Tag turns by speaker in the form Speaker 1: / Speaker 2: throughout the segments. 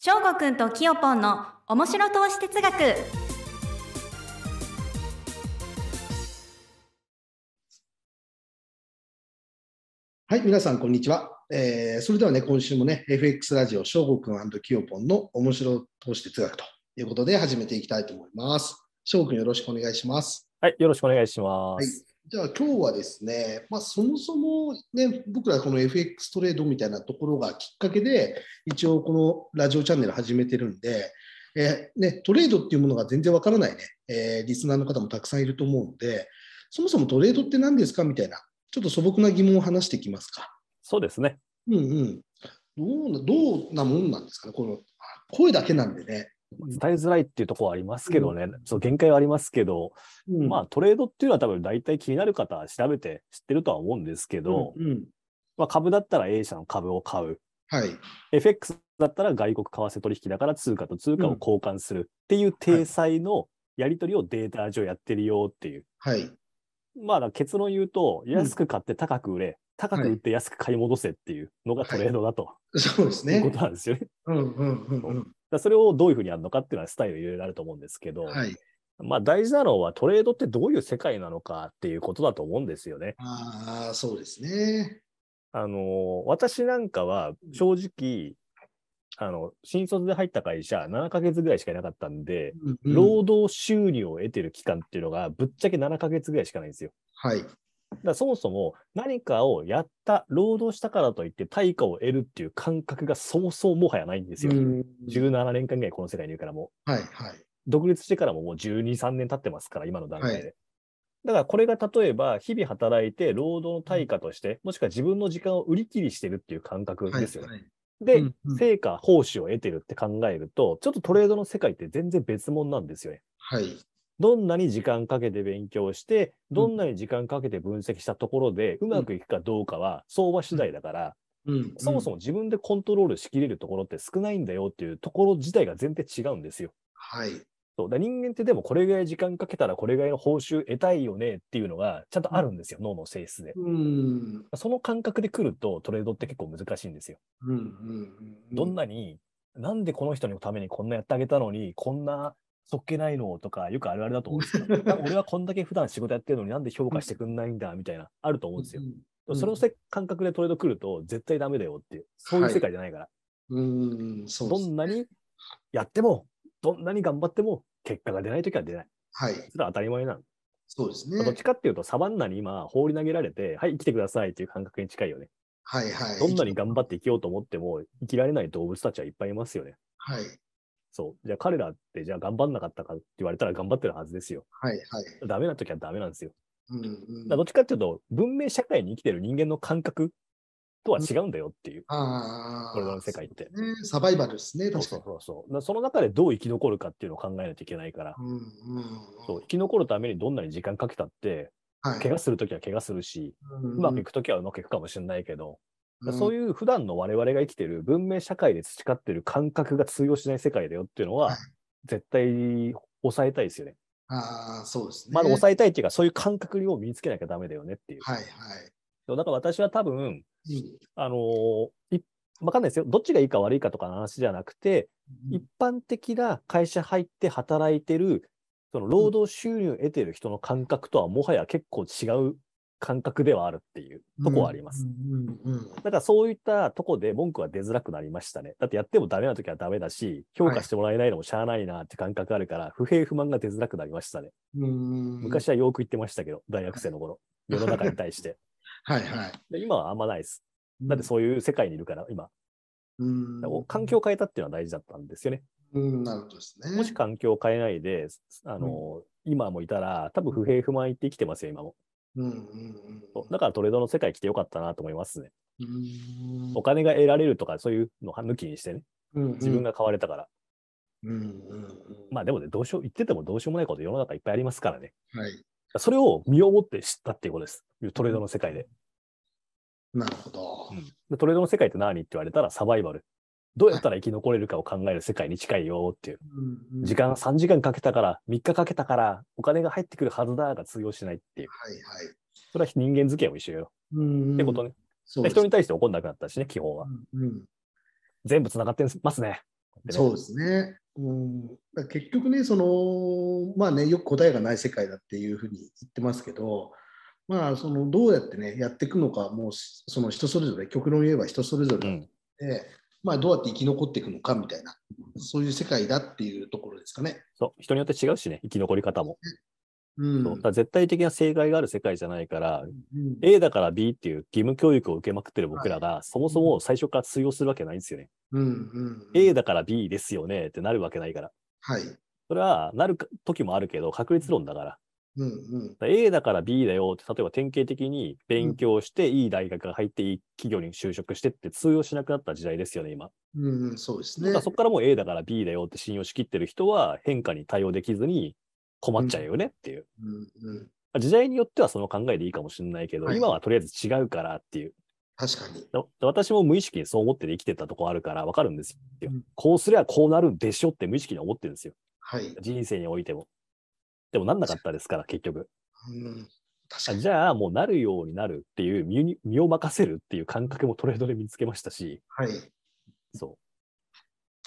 Speaker 1: しょうごくんときよぽんの面白投資哲学
Speaker 2: はい、皆さん、こんにちは。えーそれではね、今週もね、FX ラジオ、翔吾くんキヨポンの面白投資哲学ということで始めていきたいと思います。翔吾くん、よろしくお願いします。
Speaker 3: はい、よろしくお願いしま
Speaker 2: はい
Speaker 3: す。、
Speaker 2: じゃあ、今日はですね、まあ、そもそもね、僕らこの FX トレードみたいなところがきっかけで、一応このラジオチャンネル始めてるんで、えーね、トレードっていうものが全然わからないね、えーリスナーの方もたくさんいると思うので、そもそもトレードって何ですかみたいな、ちょっと素朴な疑問を話していきますか。
Speaker 3: そうですね。
Speaker 2: うんうん。どうな、どうなもんなんですかね、この声だけなんでね。
Speaker 3: 伝えづらいっていうところはありますけどね、その限界はありますけど、
Speaker 2: うん、
Speaker 3: まあトレードっていうのは多分大体気になる方は調べて知ってるとは思うんですけど、
Speaker 2: うんうん
Speaker 3: まあ、株だったら A 社の株を買う、
Speaker 2: はい。
Speaker 3: FX だったら外国為替取引だから通貨と通貨を交換するっていう体裁のやり取りをデータ上やってるよっていう。
Speaker 2: はい。
Speaker 3: まあだから結論言うと、安く買って高く売れ、高く売って安く買い戻せっていうのがトレードだと
Speaker 2: そうです
Speaker 3: いうこ
Speaker 2: ね
Speaker 3: と。なんですよね。
Speaker 2: うんうんうん
Speaker 3: だからそれをどういうふうにやるのかっていうのはスタイルいろいろあると思うんですけ
Speaker 2: う
Speaker 3: ど、
Speaker 2: ん。はい。
Speaker 3: まあ大事なのはトレードってどういう世界なのかっていうことだと思うんですよね。
Speaker 2: ああ、そうですね。
Speaker 3: あの、私なんかは正直、あの、新卒で入った会社7ヶ月ぐらいしかいなかったんで、
Speaker 2: うんうん
Speaker 3: 労働収入を得てる期間っていうのがぶっちゃけ7ヶ月ぐらいしかないんですよ。
Speaker 2: はい。
Speaker 3: だからそもそも何かをやった、労働したからといって対価を得るっていう感覚がそもそももはやないんですよ。
Speaker 2: うん
Speaker 3: 17年間ぐらいこの世界にいるからもう。
Speaker 2: はいはい。
Speaker 3: 独立してからももう12、3年経ってますから、今の段階で。
Speaker 2: はい
Speaker 3: だからこれが例えば、日々働いて労働の対価として、もしくは自分の時間を売り切りしてるっていう感覚
Speaker 2: はい
Speaker 3: ですよね。
Speaker 2: はい
Speaker 3: で、
Speaker 2: うんうん
Speaker 3: 成果、報酬を得てるって考えると、ちょっとトレードの世界って全然別物なんですよね。
Speaker 2: はい。
Speaker 3: どんなに時間かけて勉強して、どんなに時間かけて分析したところで、うまくいくかどうかは相場次第だから、
Speaker 2: うん
Speaker 3: そもそ
Speaker 2: も。
Speaker 3: も自分でコントロールしきれるところって少ないんだよっていうところ自体が全然違うんですよ。
Speaker 2: はい。
Speaker 3: そうだから人間ってでもこれぐらい時間かけたらこれぐらいの報酬得たいよねっていうのがちゃんとあるんですよ、脳の性質で。
Speaker 2: うん。
Speaker 3: その感覚で来るとトレードって結構難しいんですよ。
Speaker 2: うんうんうん。
Speaker 3: どんなに、なんでこの人のためにこんなやってあげたのに、こんなそっけないのとか、よくあるあるだと思うんですけ ど、俺はこんだけ普段仕事やってるのになんで評価してくんないんだみたいな、あると思うんですよ。
Speaker 2: うん
Speaker 3: そのせ感覚でトレード来ると絶対ダメだよっていう、そういう世界じゃないから。
Speaker 2: うん。うん。そうで
Speaker 3: ど
Speaker 2: す
Speaker 3: んなにやっても、どんなに頑張っても結果が出ないときは出ない。
Speaker 2: はい。
Speaker 3: それは当たり前なの。
Speaker 2: そうです
Speaker 3: まあどっ
Speaker 2: ね。
Speaker 3: ちかっていうと、サバンナに今、放り投げられて、はい、生きてくださいっていう感覚に近いよね。
Speaker 2: はいはい。
Speaker 3: どんなに頑張って生きようと思っても、生きられない動物たちはいっぱいいますよね。
Speaker 2: はい
Speaker 3: そう。じゃあ、彼らって、じゃあ、頑張んなかったかって言われたら頑張ってるはずですよ。
Speaker 2: はいはい。
Speaker 3: ダメな時はダメなんですよ。
Speaker 2: うんう
Speaker 3: だから
Speaker 2: ん
Speaker 3: どっちかっていうと、文明社会に生きてる人間の感覚とは違うんだよっていう、
Speaker 2: ああ。
Speaker 3: これの世界って。
Speaker 2: ね、サバイバルですね、
Speaker 3: そう
Speaker 2: 確か
Speaker 3: そう
Speaker 2: に。
Speaker 3: そうそう。だからその中でどう生き残るかっていうのを考えないといけないから。
Speaker 2: うんうん
Speaker 3: そう生き残るためにどんなに時間かけたって、
Speaker 2: はい
Speaker 3: 怪我するときは怪我するし、うまくいくときはうまくいくかもしれないけど、そう
Speaker 2: い
Speaker 3: いう普段の我々が生きてる文明社会で培ってる感覚が通用しない世界だよっていうの
Speaker 2: は、
Speaker 3: はい絶対抑えたいですよね。
Speaker 2: うん。ああ、そうですね。
Speaker 3: まだ抑えたいっていうか、そういう感覚を身につけなきゃダメだよねっていう。
Speaker 2: はいは
Speaker 3: だから私は多分、
Speaker 2: い。うん
Speaker 3: あのーいわかんないですよ。どっちがいいか悪いかとかの話じゃなくて、一般的な会社入って働いてる、その労働収入を得てる人の感覚とはもはや結構違う感覚ではあるっていうとこはあります。。
Speaker 2: うんうんうん
Speaker 3: だからそういったとこで文句は出づらくなりましたね。だってやってもダメな時はダメだし、評価してもらえないのもしゃあないなって感覚あるから、不平不満が出づらくなりましたね。
Speaker 2: うん
Speaker 3: 昔はよく言ってましたけど、大学生 の頃、世の中に対して。
Speaker 2: はいはい。
Speaker 3: で今はあんまないです。だってそういう世界にいるから、今。
Speaker 2: うん
Speaker 3: お環境を変えたっていうのは大事だったんですよね。
Speaker 2: うん、なるほどですね。
Speaker 3: もし環境を変えないで、あの、今もいたら、多分不平不満言って生きてますよ、今も。
Speaker 2: うんうんうん
Speaker 3: そうだからトレードの世界来てよかったなと思いますね。
Speaker 2: うん
Speaker 3: お金が得られるとか、そういうのを抜きにしてね、
Speaker 2: うん
Speaker 3: 自分が買われたから。
Speaker 2: うんうんうん
Speaker 3: まあでもね、どうしよう、言っててもどうしようもないこと世の中いっぱいありますからね。
Speaker 2: はい。
Speaker 3: それを身をもって知ったっていうことです。トレードの世界で。
Speaker 2: なるほど。
Speaker 3: でトレードの世界って何って言われたらサバイバル。どうやったら生き残れるかを考える世界に近いよっていう。
Speaker 2: うんうん
Speaker 3: 時間3時間かけたから、3日かけたから、お金が入ってくるはずだが通用しないっていう。
Speaker 2: はいはい。
Speaker 3: それは人間付き合いも一緒よ。
Speaker 2: うんうん
Speaker 3: ってことね。
Speaker 2: そう
Speaker 3: で
Speaker 2: です
Speaker 3: 人に対して怒んなくなったしね、基本は。
Speaker 2: うんうん
Speaker 3: 全部繋がってますね。ね
Speaker 2: そうですね。うん、だから結局ね、そのまあね、よく答えがない世界だっていうふうに言ってますけど、まあ、そのどうやってね、やっていくのか、もうしその人それぞれ、極論言えば人それぞれ
Speaker 3: う
Speaker 2: なんので、まあ、どうやって生き残っていくのかみたいな、そういう世界だっていうところですかね。
Speaker 3: そう人によって違うしね、生き残り方も。
Speaker 2: うん
Speaker 3: そうだから絶対的な正解がある世界じゃないから、
Speaker 2: うん
Speaker 3: A だから B っていう義務教育を受けまくってる僕らが、そもそも最初から通用するわけないんですよね。
Speaker 2: うんうん、
Speaker 3: A だから B ですよねってなるわけないから。
Speaker 2: はい。
Speaker 3: それはなるか時もあるけど、確率論だから。
Speaker 2: うんうん
Speaker 3: だから A だから B だよって、例えば典型的に勉強して、いい大学が入って、いい企業に就職してって通用しなくなった時代ですよね、今。
Speaker 2: うんうん、そうです
Speaker 3: だ
Speaker 2: ね
Speaker 3: から。そこからもう A だから B だよって信用しきってる人は変化に対応できずに困っちゃうよねっていう。
Speaker 2: うんうん、
Speaker 3: 時代によってはその考えでいいかもしれないけど、
Speaker 2: はい
Speaker 3: 今はとりあえず違うからっていう。
Speaker 2: 確かに。
Speaker 3: だ私も無意識にそう思って生きてたとこあるから分かるんですよ。
Speaker 2: うん
Speaker 3: こうすりゃこうなるんでしょって無意識に思ってるんですよ。
Speaker 2: はい。
Speaker 3: 人生においても。でもなんなかったですから、結局。
Speaker 2: うん、確か
Speaker 3: あ
Speaker 2: に。
Speaker 3: じゃあ、もうなるようになるっていう身に、身を任せるっていう感覚もトレードで見つけましたし、
Speaker 2: はい。
Speaker 3: そ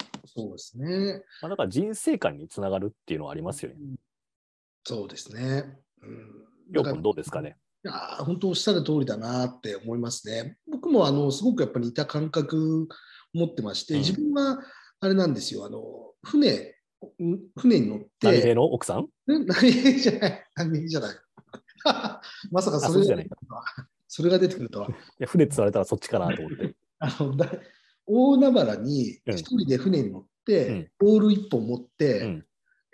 Speaker 3: う。
Speaker 2: そうですね。
Speaker 3: まあ、だから人生観につながるっていうのはありますよね。
Speaker 2: そうですね。うん
Speaker 3: りょうくんどうですかね。
Speaker 2: いやー本当おっしゃる通りだなって思いますね。僕もあのすごくやっぱり似た感覚持ってまして、
Speaker 3: うん
Speaker 2: 自分はあれなんですよ、あの船ん船に乗っ
Speaker 3: 何
Speaker 2: て、
Speaker 3: 平の奥さん
Speaker 2: ん波平じゃない、波平じゃない。 まさか
Speaker 3: あ、
Speaker 2: そ
Speaker 3: そ
Speaker 2: れ
Speaker 3: うじゃ
Speaker 2: が
Speaker 3: ない。い
Speaker 2: それが出てくるとは。
Speaker 3: や、船って言われたらそっちかなと思って。
Speaker 2: あのだ大海原に
Speaker 3: うん
Speaker 2: 一人で船に乗って、オール一本持って、
Speaker 3: うん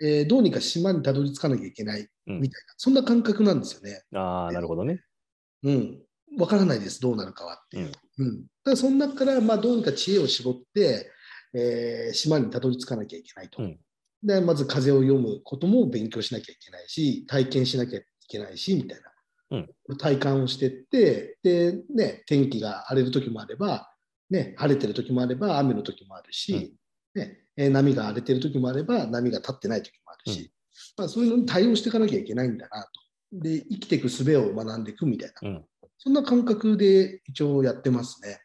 Speaker 2: えーどうにか島にたどり着かなきゃいけないみたいな、
Speaker 3: うん
Speaker 2: そんな感覚なんですよね。
Speaker 3: ああ、なるほどね。
Speaker 2: うん、わからないです、どうなるかはっていう。うんただその中から、まあ、どうにか知恵を絞って、えー島にたどり着かなきゃいけないと。
Speaker 3: うん
Speaker 2: でまず風を読むことも勉強しなきゃいけないし、体験しなきゃいけないし、みたいな。体感をしてって、で、ね、天気が荒れる時もあれば、ね、晴れてる時もあれば、雨の時もあるし、ねえー波が荒れてる時もあれば、波が立ってない時もあるし、まあ、そういうのに対応していかなきゃいけないんだなと。で、生きていく術を学んでいくみたいな。そんな感覚で一応やってますね。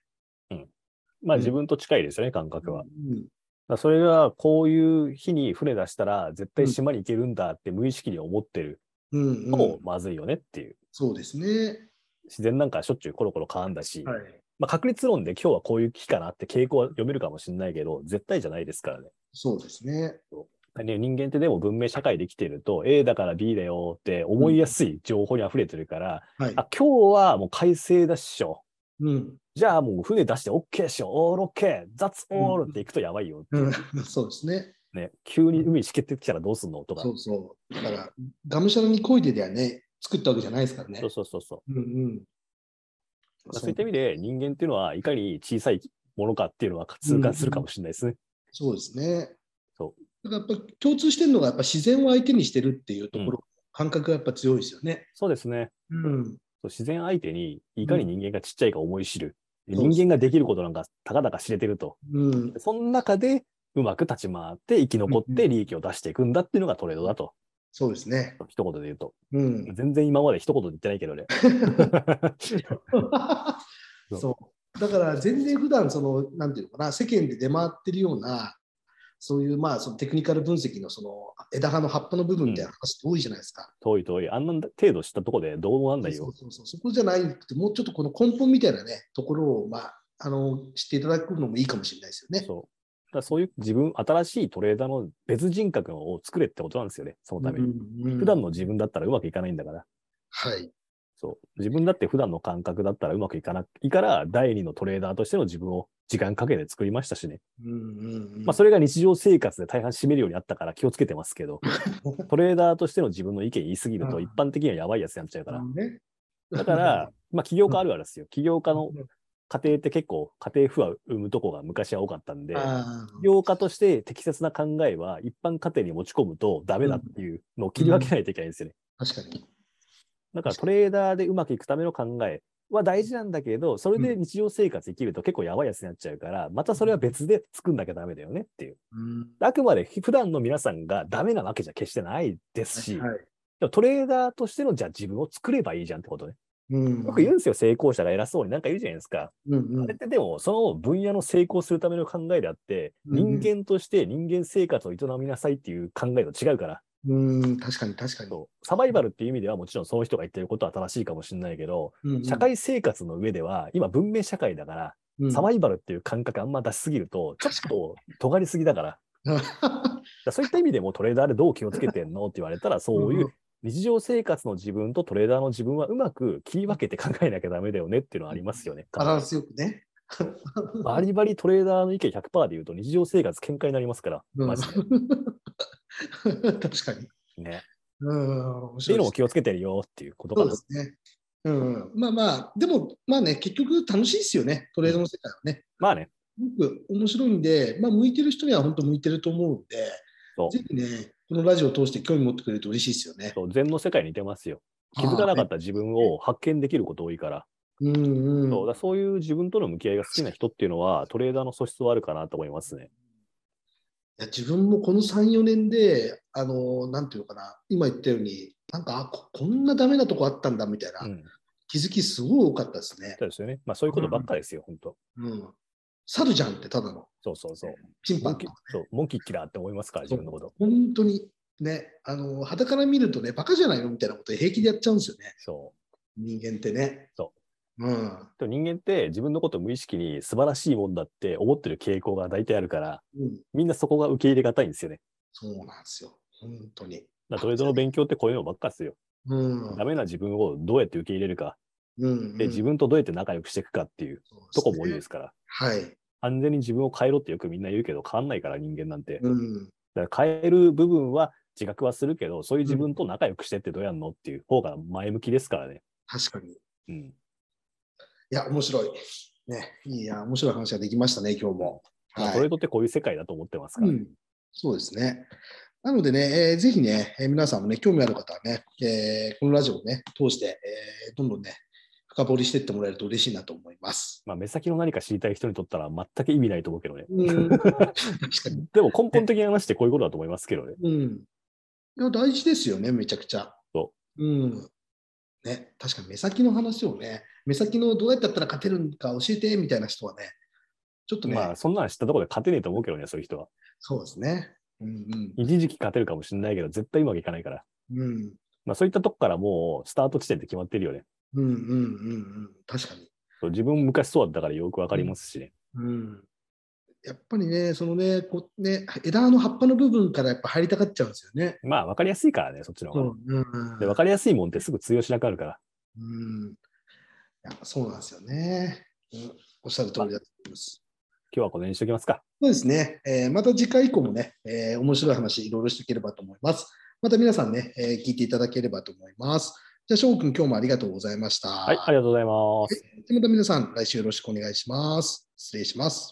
Speaker 3: まあ
Speaker 2: うん
Speaker 3: 自分と近いですよね、感覚は。だか
Speaker 2: うん
Speaker 3: らそれが、こういう日に船出したら絶対島に行けるんだって無意識に思ってる
Speaker 2: うん
Speaker 3: の
Speaker 2: う
Speaker 3: も
Speaker 2: ん、
Speaker 3: まずいよねっていう。
Speaker 2: そうですね。
Speaker 3: 自然なんかしょっちゅうコロコロ変わんだし、
Speaker 2: はい、
Speaker 3: まあ、確率論で今日はこういう期かなって傾向は読めるかもしれないけど、絶対じゃないですからね。
Speaker 2: そうですね。
Speaker 3: ね人間ってでも文明社会で生きてると、A だから B だよって思いやすい情報に溢れてるから、
Speaker 2: はい。
Speaker 3: あ、今日はもう快晴だっしょ。
Speaker 2: うん。
Speaker 3: じゃあもう船出して OK っしょ。オール OK! 雑オールって行くとやばいよ。
Speaker 2: うん そうですね。
Speaker 3: ね、急に海しけてきたらどうすんのとか。
Speaker 2: そうそう。だから、がむしゃらにこいでではね、作ったわけじゃないですからね
Speaker 3: そう。そうそうそう。
Speaker 2: うんうん。
Speaker 3: まあそういった意味で人間っていうのはいかに小さいものかっていうのは痛感するかもしれないですね。
Speaker 2: そうですね。。
Speaker 3: そう
Speaker 2: だからやっぱ共通してるのが、やっぱ自然を相手にしてるっていうところ、感覚がやっぱ強いですよね。
Speaker 3: そうですね。
Speaker 2: うん。
Speaker 3: そう自然相手にいかに人間がちっちゃいか思い知る、
Speaker 2: うんそうです
Speaker 3: 人間ができることなんかたかだか知れてると、
Speaker 2: うん。
Speaker 3: その中でうまく立ち回って生き残って利益を出していくんだっていうのがトレードだと、
Speaker 2: そうですね。
Speaker 3: 一言で言うと。
Speaker 2: うん。
Speaker 3: 全然今まで一言で言ってないけど ね。 そう
Speaker 2: そうだから全然普段そのなんていうのかな世間で出回ってるようなそういうまあそのテクニカル分析のその枝葉の葉っぱの部分みたいな話って多いじゃないですか。
Speaker 3: 遠い遠い、あんな程度したとこでどうもなんない
Speaker 2: そ
Speaker 3: よ
Speaker 2: う。そうそうそこじゃないってもうちょっとこの根本みたいなねところをまああの知っていただくのもいいかもしれないですよね。
Speaker 3: そうだからそういう自分、新しいトレーダーの別人格を作れってことなんですよね、そのために。
Speaker 2: うんうん
Speaker 3: 普段の自分だったらうまくいかないんだから。
Speaker 2: はい。
Speaker 3: そう。自分だって普段の感覚だったらうまくいかないから、第二のトレーダーとしての自分を時間かけて作りましたしね。
Speaker 2: うんうんうん
Speaker 3: まあ、それが日常生活で大半占めるようになったから気をつけてま すけど、トレーダーとしての自分の意見言い過ぎる
Speaker 2: う
Speaker 3: と
Speaker 2: ん
Speaker 3: 一般的にはやばいやつになっちゃうから。
Speaker 2: ね。
Speaker 3: だから、まあ、起業家あるあるですよ。起業家の家庭って結構家庭婦は産むとこが昔は多かったん で、
Speaker 2: あ
Speaker 3: 起業家として適切な考えは一般家庭に持ち込むとダメだっていうのを切り分けないといけないんですよね。
Speaker 2: ー確かに。
Speaker 3: だからトレーダーでうまくいくための考えは大事なんだけど、それで日常生活生きると結構やばいやつになっちゃうから、またそれは別で作んなきゃダメだよねっていう。
Speaker 2: うん
Speaker 3: あくまで普段の皆さんがダメなわけじゃ決してないですし、
Speaker 2: はい
Speaker 3: でもトレーダーとしてのじゃあ自分を作ればいいじゃんってことね。
Speaker 2: うん
Speaker 3: よく言うんですよ、成功者が偉そうになんか言うじゃないですか。
Speaker 2: うんうん
Speaker 3: あれってでも、その分野の成功するための考えであって、
Speaker 2: うん
Speaker 3: 人間として人間生活を営みなさいっていう考えと違うから、
Speaker 2: うん、確かに確かに。
Speaker 3: そうサバイバルっていう意味ではもちろんその人が言ってることは正しいかもしれないけど、
Speaker 2: うんうん
Speaker 3: 社会生活の上では、今文明社会だから、
Speaker 2: うん
Speaker 3: サバイバルっていう感覚あんま出しすぎると、ちょっと尖りすぎだから、だからそういった意味でもトレーダーでどう気をつけてんのって言われたら、そういう日常生活の自分とトレーダーの自分はうまく切り分けて考えなきゃダメだよねっていうのはありますよね。
Speaker 2: バランスよくね。
Speaker 3: バリバリトレーダーの意見100%で言うと日常生活喧嘩になりますから、
Speaker 2: うん
Speaker 3: マジ
Speaker 2: 確かに。
Speaker 3: で。ね。
Speaker 2: うん、面
Speaker 3: ってい
Speaker 2: 白い
Speaker 3: うの
Speaker 2: です
Speaker 3: も気をつけてるよっていうこと
Speaker 2: そ
Speaker 3: か
Speaker 2: う
Speaker 3: な
Speaker 2: で。すね。うん、まあまあ、でも、まあね、結局楽しいですよね、トレードの世界はね。
Speaker 3: まあね、
Speaker 2: すごく面白いんで、まあ、向いてる人には本当向いてると思うんで
Speaker 3: そ、う
Speaker 2: ぜひね、このラジオを通して興味持ってくれると嬉しいですよね。
Speaker 3: そう禅の世界に似てますよ。気づかなかった自分を発見できること多いから、
Speaker 2: うんうん。
Speaker 3: そうだからそういう自分との向き合いが好きな人っていうのは、トレーダーの素質はあるかなと思いますね。
Speaker 2: いや自分もこの3、4年で、あのなんていうのかな、今言ったように、なんか、あここんなダメなとこあったんだみたいな、
Speaker 3: うん。
Speaker 2: 気づきすごい多かったですね。
Speaker 3: そうですよね。まあそういうことばっかりですよ、本当。
Speaker 2: うん。猿じゃんって、ただの、
Speaker 3: そうそうそう。
Speaker 2: チンパ
Speaker 3: モ
Speaker 2: ン
Speaker 3: ンキそうモンキッキラーって思いますから、自分のこと。
Speaker 2: 本当にね、あの、肌から見るとね、バカじゃないのみたいなこと平気でやっちゃうんですよね、
Speaker 3: そう。
Speaker 2: 人間ってね。。
Speaker 3: そう
Speaker 2: うん。
Speaker 3: でも人間って自分のこと無意識に素晴らしいもんだって思ってる傾向が大体あるから、
Speaker 2: うん、
Speaker 3: みんなそこが受け入れがたいんですよね。
Speaker 2: そうなんですよ、本当に。
Speaker 3: だからトレードの勉強ってこういうのばっかりですよ。
Speaker 2: うん
Speaker 3: ダメな自分をどうやって受け入れるか、
Speaker 2: うん
Speaker 3: で、自分とどうやって仲良くしていくかっていうとこも多いですから、
Speaker 2: そうですね。はい。
Speaker 3: 安全に自分を変えろってよくみんな言うけど、変わんないから人間なんて。
Speaker 2: うん。
Speaker 3: だから変える部分は自覚はするけど、そういう自分と仲良くしてってどうやんのっていう方が前向きですからね。
Speaker 2: 確かに。い
Speaker 3: うん。
Speaker 2: や、面白い。ね。いや、面白い話ができましたね、今日も。
Speaker 3: まあ
Speaker 2: はい
Speaker 3: トレードってこういう世界だと思ってますから
Speaker 2: う
Speaker 3: ね。
Speaker 2: ん。そうですね。なのでね、えーぜひね、えー皆さんもね、興味ある方はね、えーこのラジオをね、通して、えーどんどんね、深掘りしていってもらえると嬉しいなと思います。
Speaker 3: まあ、目先の何か知りたい人にとったら全く意味ないと思うけどね。
Speaker 2: うん、確かに。
Speaker 3: でも根本的な話ってこういうことだと思いますけどね。
Speaker 2: うん。いや、大事ですよね、めちゃくちゃ。。
Speaker 3: そう
Speaker 2: ん。ね、確かに目先の話をね、目先のどうやってやったら勝てるのか教えてみたいな人はね、ちょっとね、
Speaker 3: まあ、そんなの知ったところで勝てねえと思うけどね、そういう人は。
Speaker 2: そうですね。うん
Speaker 3: 一時期勝てるかもしれないけど、絶対うまくいかないから。
Speaker 2: うん。うん
Speaker 3: まあ、そういったとこからもうスタート地点って決まってるよね。
Speaker 2: うんうんうんうん。確かに。
Speaker 3: そう自分も昔そうだったからよくわかりますしね。
Speaker 2: うん。やっぱりね、そのね、こうね枝の葉っぱの部分からやっぱ入りたがっちゃうんですよね。
Speaker 3: まあ、わかりやすいからね、そっちの方が。
Speaker 2: うんうん
Speaker 3: で、わかりやすいもんってすぐ通用しなくなるから。
Speaker 2: うん。いやそうなんですよね。うんおっしゃる通りだと思います。
Speaker 3: 今日はこの辺にしときますか。
Speaker 2: そうですね、えーまた次回以降もね、えー面白い話いろいろしていければと思います。また皆さんね、えー聞いていただければと思います。じゃあ、翔くん、今日もありがとうございました。
Speaker 3: はい、ありがとうございます。
Speaker 2: でまた皆さん、来週よろしくお願いします。失礼します。